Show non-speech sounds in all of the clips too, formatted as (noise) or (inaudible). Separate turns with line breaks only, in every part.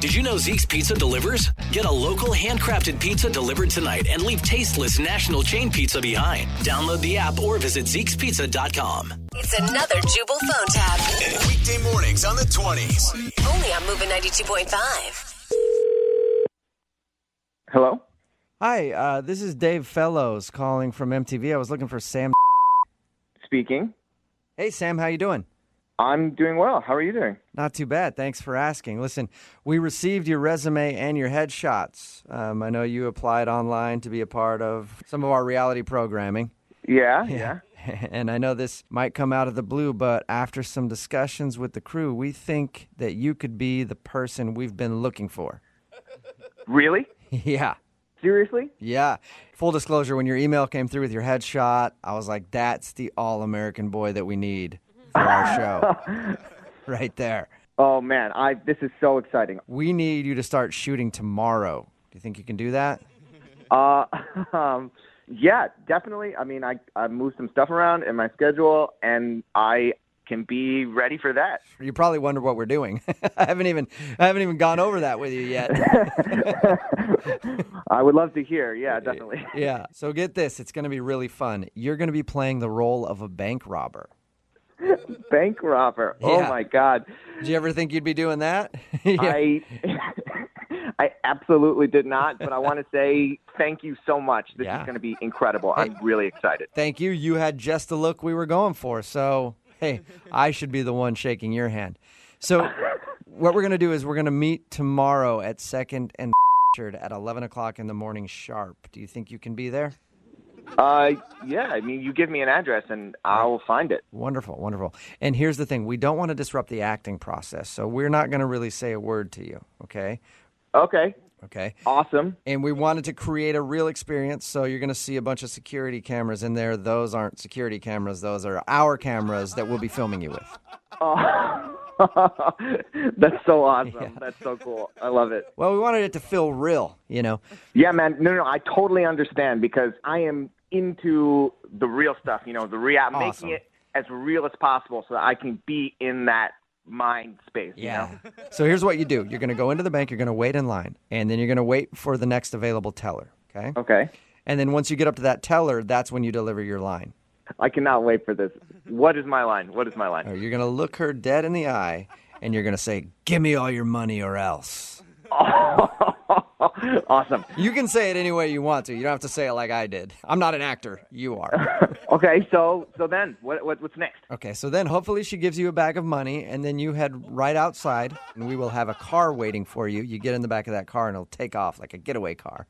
Did you know Zeke's Pizza delivers? Get a local handcrafted pizza delivered tonight and leave tasteless national chain pizza behind. Download the app or visit Zeke'sPizza.com.
It's another Jubal phone tab.
Weekday mornings on the 20s.
Only on Moving 92.5.
Hello?
Hi, uh, this is Dave Fellows calling from MTV. I was looking for Sam.
Speaking.
Hey, Sam, how you doing?
I'm doing well. How are you doing?
Not too bad. Thanks for asking. Listen, we received your resume and your headshots. Um, I know you applied online to be a part of some of our reality programming. (laughs)
Yeah, yeah.
And I know this might come out of the blue, but after some discussions with the crew, we think that you could be the person we've been looking for. (laughs)
Really?
yeah.
Seriously?
Yeah. Full disclosure, when your email came through with your headshot, I was like, that's the all American boy that we need for our show. right there.
Oh man, I this is so exciting.
We need you to start shooting tomorrow. Do you think you can do that?
Uh, (laughs) um, yeah, definitely. I mean, I I moved some stuff around in my schedule, and I can be ready for that.
You probably wonder what we're doing. (laughs) I haven't even I haven't even gone over that with you yet.
I would love to hear. Yeah, definitely. (laughs)
yeah. So get this, it's going to be really fun. You're going to be playing the role of a bank robber.
Bank robber. Oh
Yeah.
my god.
Did you ever think you'd be doing that? (laughs) Yeah.
I (laughs) I absolutely did not, but I want to say thank you so much. This
Yeah.
is going to be incredible. I'm really excited.
Thank you. You had just the look we were going for. So, hey, I should be the one shaking your hand. So, what we're going to do is we're going to meet tomorrow at 2nd and at 11 o'clock in the morning sharp. Do you think you can be there?
Uh, yeah, I mean, you give me an address and I'll find it.
Wonderful, wonderful. And here's the thing we don't want to disrupt the acting process. So, we're not going to really say a word to you. Okay.
Okay,
Okay.
awesome. (laughs)
and we wanted to create a real experience. So you're going to see a bunch of security cameras in there. Those aren't security cameras; those are our cameras that we'll be filming you with.
That's so awesome. That's so cool. I love it.
Well, we wanted it to feel real, you know.
Yeah, man. No, no, I totally understand because I am into the real stuff, you know, the real, I'm making
Awesome.
it as real as possible so that I can be in that mind space. you know?
so here's what you do: you're going to go into the bank, you're going to wait in line, and then you're going to wait for the next available teller. Okay.
Okay.
And then once you get up to that teller, that's when you deliver your line.
I cannot wait for this. What is my line? What is my line?
Or You're going to look her dead in the eye, and you're going to say, "Give me all your money, or else."
(laughs) awesome.
You can say it any way you want to. You don't have to say it like I did. I'm not an actor. You are.
Okay, so so then what, what what's next?
Okay, so then hopefully she gives you a bag of money, and then you head right outside, and we will have a car waiting for you. You get in the back of that car, and it'll take off like a getaway car.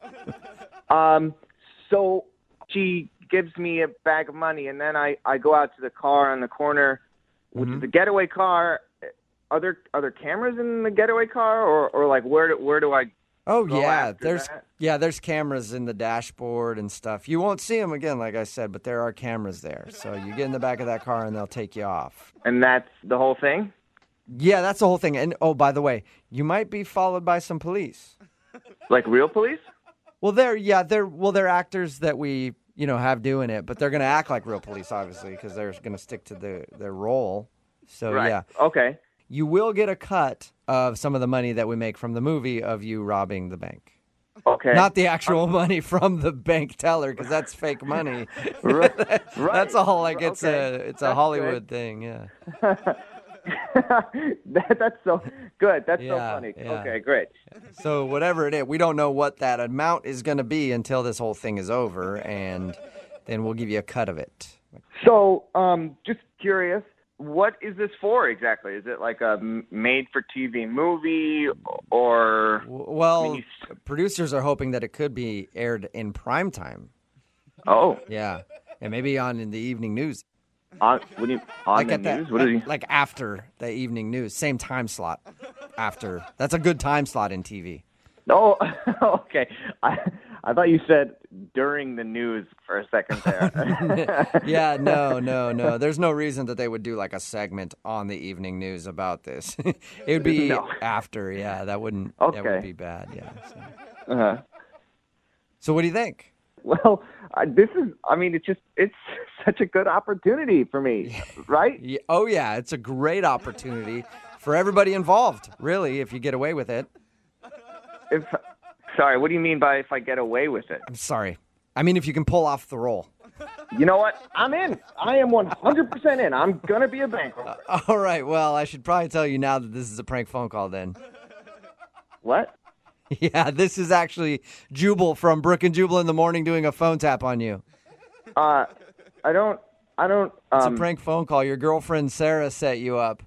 Um, so she gives me a bag of money, and then I, I go out to the car on the corner, which
Mm-hmm.
is a getaway car. Are there are there cameras in the getaway car, or, or like where do, where do I?
Oh
Go
yeah,
after
there's
that.
yeah, there's cameras in the dashboard and stuff. You won't see them again, like I said, but there are cameras there. So you get in the back of that car, and they'll take you off.
And that's the whole thing.
Yeah, that's the whole thing. And oh, by the way, you might be followed by some police.
Like real police?
Well, they're yeah, they're well, they're actors that we you know have doing it, but they're gonna act like real police, obviously, because they're gonna stick to the, their role. So
Right.
Oh, yeah,
Okay.
you will get a cut of some of the money that we make from the movie of you robbing the bank.
Okay. Uh,
Not the actual money from the bank teller, because that's
(laughs)
fake money.
Right.
(laughs) That's all like
Right.
it's a
Okay.
it's a
That's
Hollywood thing. Yeah.
good. (laughs) that, that's so good. That's so
Yeah,
funny.
yeah.
Okay, great.
So whatever it is, we don't know what that amount is gonna be until this whole thing is over, and then we'll give you a cut of it.
So, um, just curious, what is this for exactly? Is it like a made for TV movie or
W- Well,
mean, you-
producers are hoping that it could be aired in prime time.
oh,
Yeah, and maybe on in the evening news,
on what do you on the
at that-
news? What is he?
like after the evening news, same time slot. After that's a good time slot in TV.
Oh, (laughs) okay. I I thought you said during the news for a second
(laughs)
there. (laughs)
Yeah, no, no, no. There's no reason that they would do like a segment on the evening news about this. (laughs) it would be
No.
after. Yeah, that wouldn't. That
Okay. Uh-huh.
would be bad. Yeah. So. so what do you think?
well, I, this is I mean, it's just it's (laughs) such a good opportunity for me, right?
Yeah, oh yeah, it's a great opportunity for everybody involved. Really, if you get away with it.
If, sorry, what do you mean by if I get away with it?
I'm sorry. I mean, if you can pull off the role. (laughs)
You know what? I'm in. I am 100% in. I'm going to be a bank robber.
All right. Well, I should probably tell you now that this is a prank phone call then. (laughs)
What?
Yeah, this is actually Jubal from Brook and Jubal in the morning doing a phone tap on you.
Uh, I don't. I don't.
It's
Um,
a prank phone call. Your girlfriend Sarah set you up.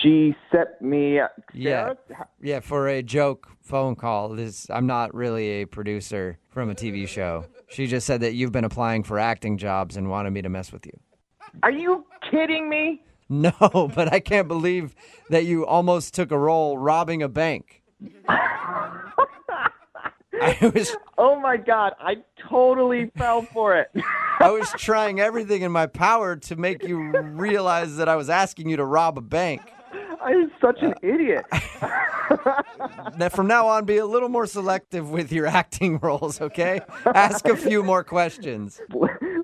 she set me.
Yeah.
Sarah?
Yeah, for a joke phone call. This I'm not really a producer from a TV show. She just said that you've been applying for acting jobs and wanted me to mess with you. (laughs)
Are you kidding me?
No, but I can't believe that you almost took a role robbing a bank. I was
Oh my god! I totally fell for it. (laughs)
I was trying everything in my power to make you realize that I was asking you to rob a bank.
I'm such an
Uh,
idiot.
Now, from now on, be a little more selective with your acting (laughs) roles, okay? Ask a few more questions.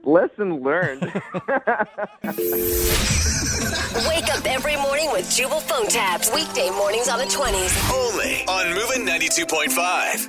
Lesson learned.
Wake up every morning with Jubal phone tabs. Weekday mornings on the 20s.
Only on Moving 92.5.